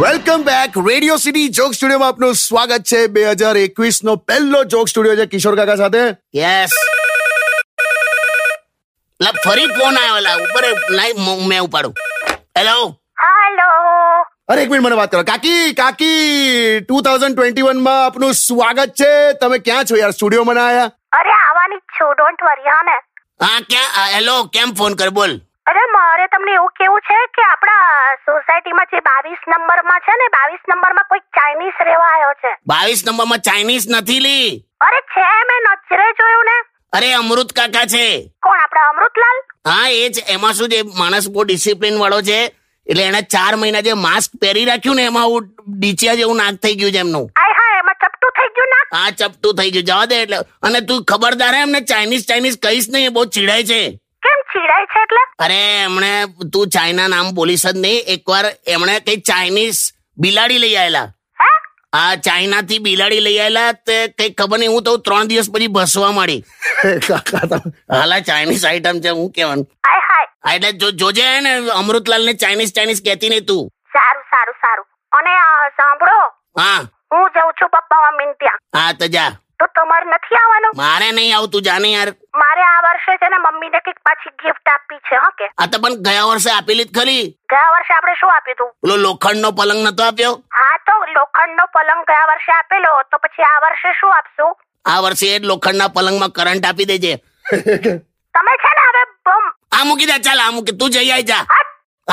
Welcome back radio city joke studio માં આપનું સ્વાગત છે બે હજાર એકવીસ નો પહેલો જોક સ્ટુડિયો છે કિશોર કાકા સાથે યસ લા ફરી ફોન આવ્યો લા ઉપર લાઈવ મેં ઉપાડું હેલો હલો અરે એક મિનિટ મને વાત કરો કાકી કાકી ટુ થાઉઝન્ડ ટ્વેન્ટી વન માં આપનું સ્વાગત છે તમે ક્યાં છો યાર સ્ટુડિયો માં ના આયા અરે આવવાની જ છું ડોન્ટ વરી હા ને હા ક્યાં હેલો કેમ ફોન કર બોલ અરે મારે તમને એવું કેવું છે કે આપણા સોસાયટીમાં જે બાવીસ નંબરમાં છે ને બાવીસ નંબરમાં કોઈ ચાઇનીઝ રહેવા આવ્યો છે બાવીસ નંબરમાં ચાઇનીઝ નથી લી અરે છે મેં નજરે જોયું ને અરે અમૃત કાકા છે કોણ આપણા અમૃતલાલ હા એ જ એમાં શું છે માણસ બહુ ડિસિપ્લિન વાળો છે એટલે એને ચાર મહિના જે માસ્ક પહેરી રાખ્યું ને એમાં આવું ડીચિયા જેવું નાક થઈ ગયું છે એમનું આય હા એમાં ચપટું થઈ ગયું ના આ ચપટું થઈ ગયું જવા દે એટલે અને તું ખબરદાર હે એમને ચાઇનીઝ ચાઇનીઝ કહીશ નહીં એ બહુ ચીડાય છે કેમ ચીડાય છે એટલે અરે એમણે તું ચાઇના નામ બોલીશ જ નહીં એકવાર એમણે કઈ ચાઇનીઝ બિલાડી લઈ આવેલા હે આ ચાઇનાથી બિલાડી લઈ આવેલા તે કઈ ખબર નહીં હું તો ત્રણ દિવસ પછી ભસવા માંડી કાકા તમે હાલા ચાઇનીઝ આઈટમ છે હું કહેવાનું આય હાય હા, એટલે જો જોજે હે ને અમૃતલાલને ચાઇનીઝ ચાઇનીઝ કહેતી નહીં તું સારું સારું સારું અને આ, સાંભળો હા હું જઉં છું પપ્પા મમ્મી ત્યાં હા તો જા તો તમારે નથી આવવાનું મારે નહીં આવું તું જાને યાર મારે આ વર્ષે છે ને મમ્મીને કંઈક પાછી ગિફ્ટ આપવી છે હો કે આ તો પણ ગયા વર્ષે આપેલી જ ખરી ગયા વર્ષે આપણે શું આપ્યું હતું પેલો લોખંડનો પલંગ નતો આપ્યો હા તો લોખંડનો પલંગ ગયા વર્ષે આપેલો તો પછી આ વર્ષે શું આપશું આ વર્ષે એ જ લોખંડના પલંગમાં કરંટ આપી દેજે તમે છે ને હવે બમ આ મૂકી દે ચાલ આ મૂકી તું જઈ આઈ જા હટ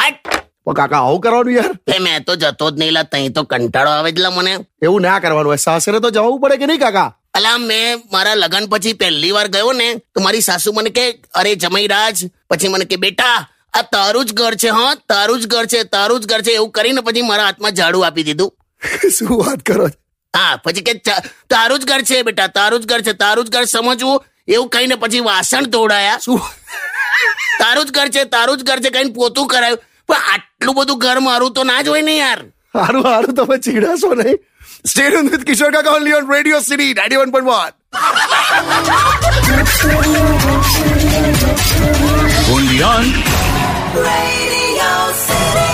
હટ પણ કાકા આવું કરવાનું યાર એ મેં તો જતો જ નહીં લા તઈ તો કંટાળો આવે જ લા મને એવું ના કરવાનું હોય સાસરે તો જવું પડે કે નહીં કાકા અલા મેં મારા લગ્ન પછી પહેલી વાર ગયો ને તો મારી સાસુ મને કે અરે જમઈરાજ પછી મને કે બેટા આ તારું જ ઘર છે હા તારું જ ઘર છે તારું જ ઘર છે એવું કરીને પછી મારા હાથમાં ઝાડુ આપી દીધું શું વાત કરો છો? હા પછી કે "ચ- તારું જ ઘર છે બેટા તારું જ ઘર છે તારું જ ઘર સમજવું એવું કહીને પછી વાસણ ધોડાયા શું તારું જ ઘર છે તારું જ ઘર છે કહીને પોતું કરાયું પણ આટલું બધું ઘર મારું તો ના જ હોય ને યાર હારું હારું તમે ચીડાશો નહીં સ્ટેડ વિથ કિશોર કાકા only on radio city ninety one point one only on Radio City.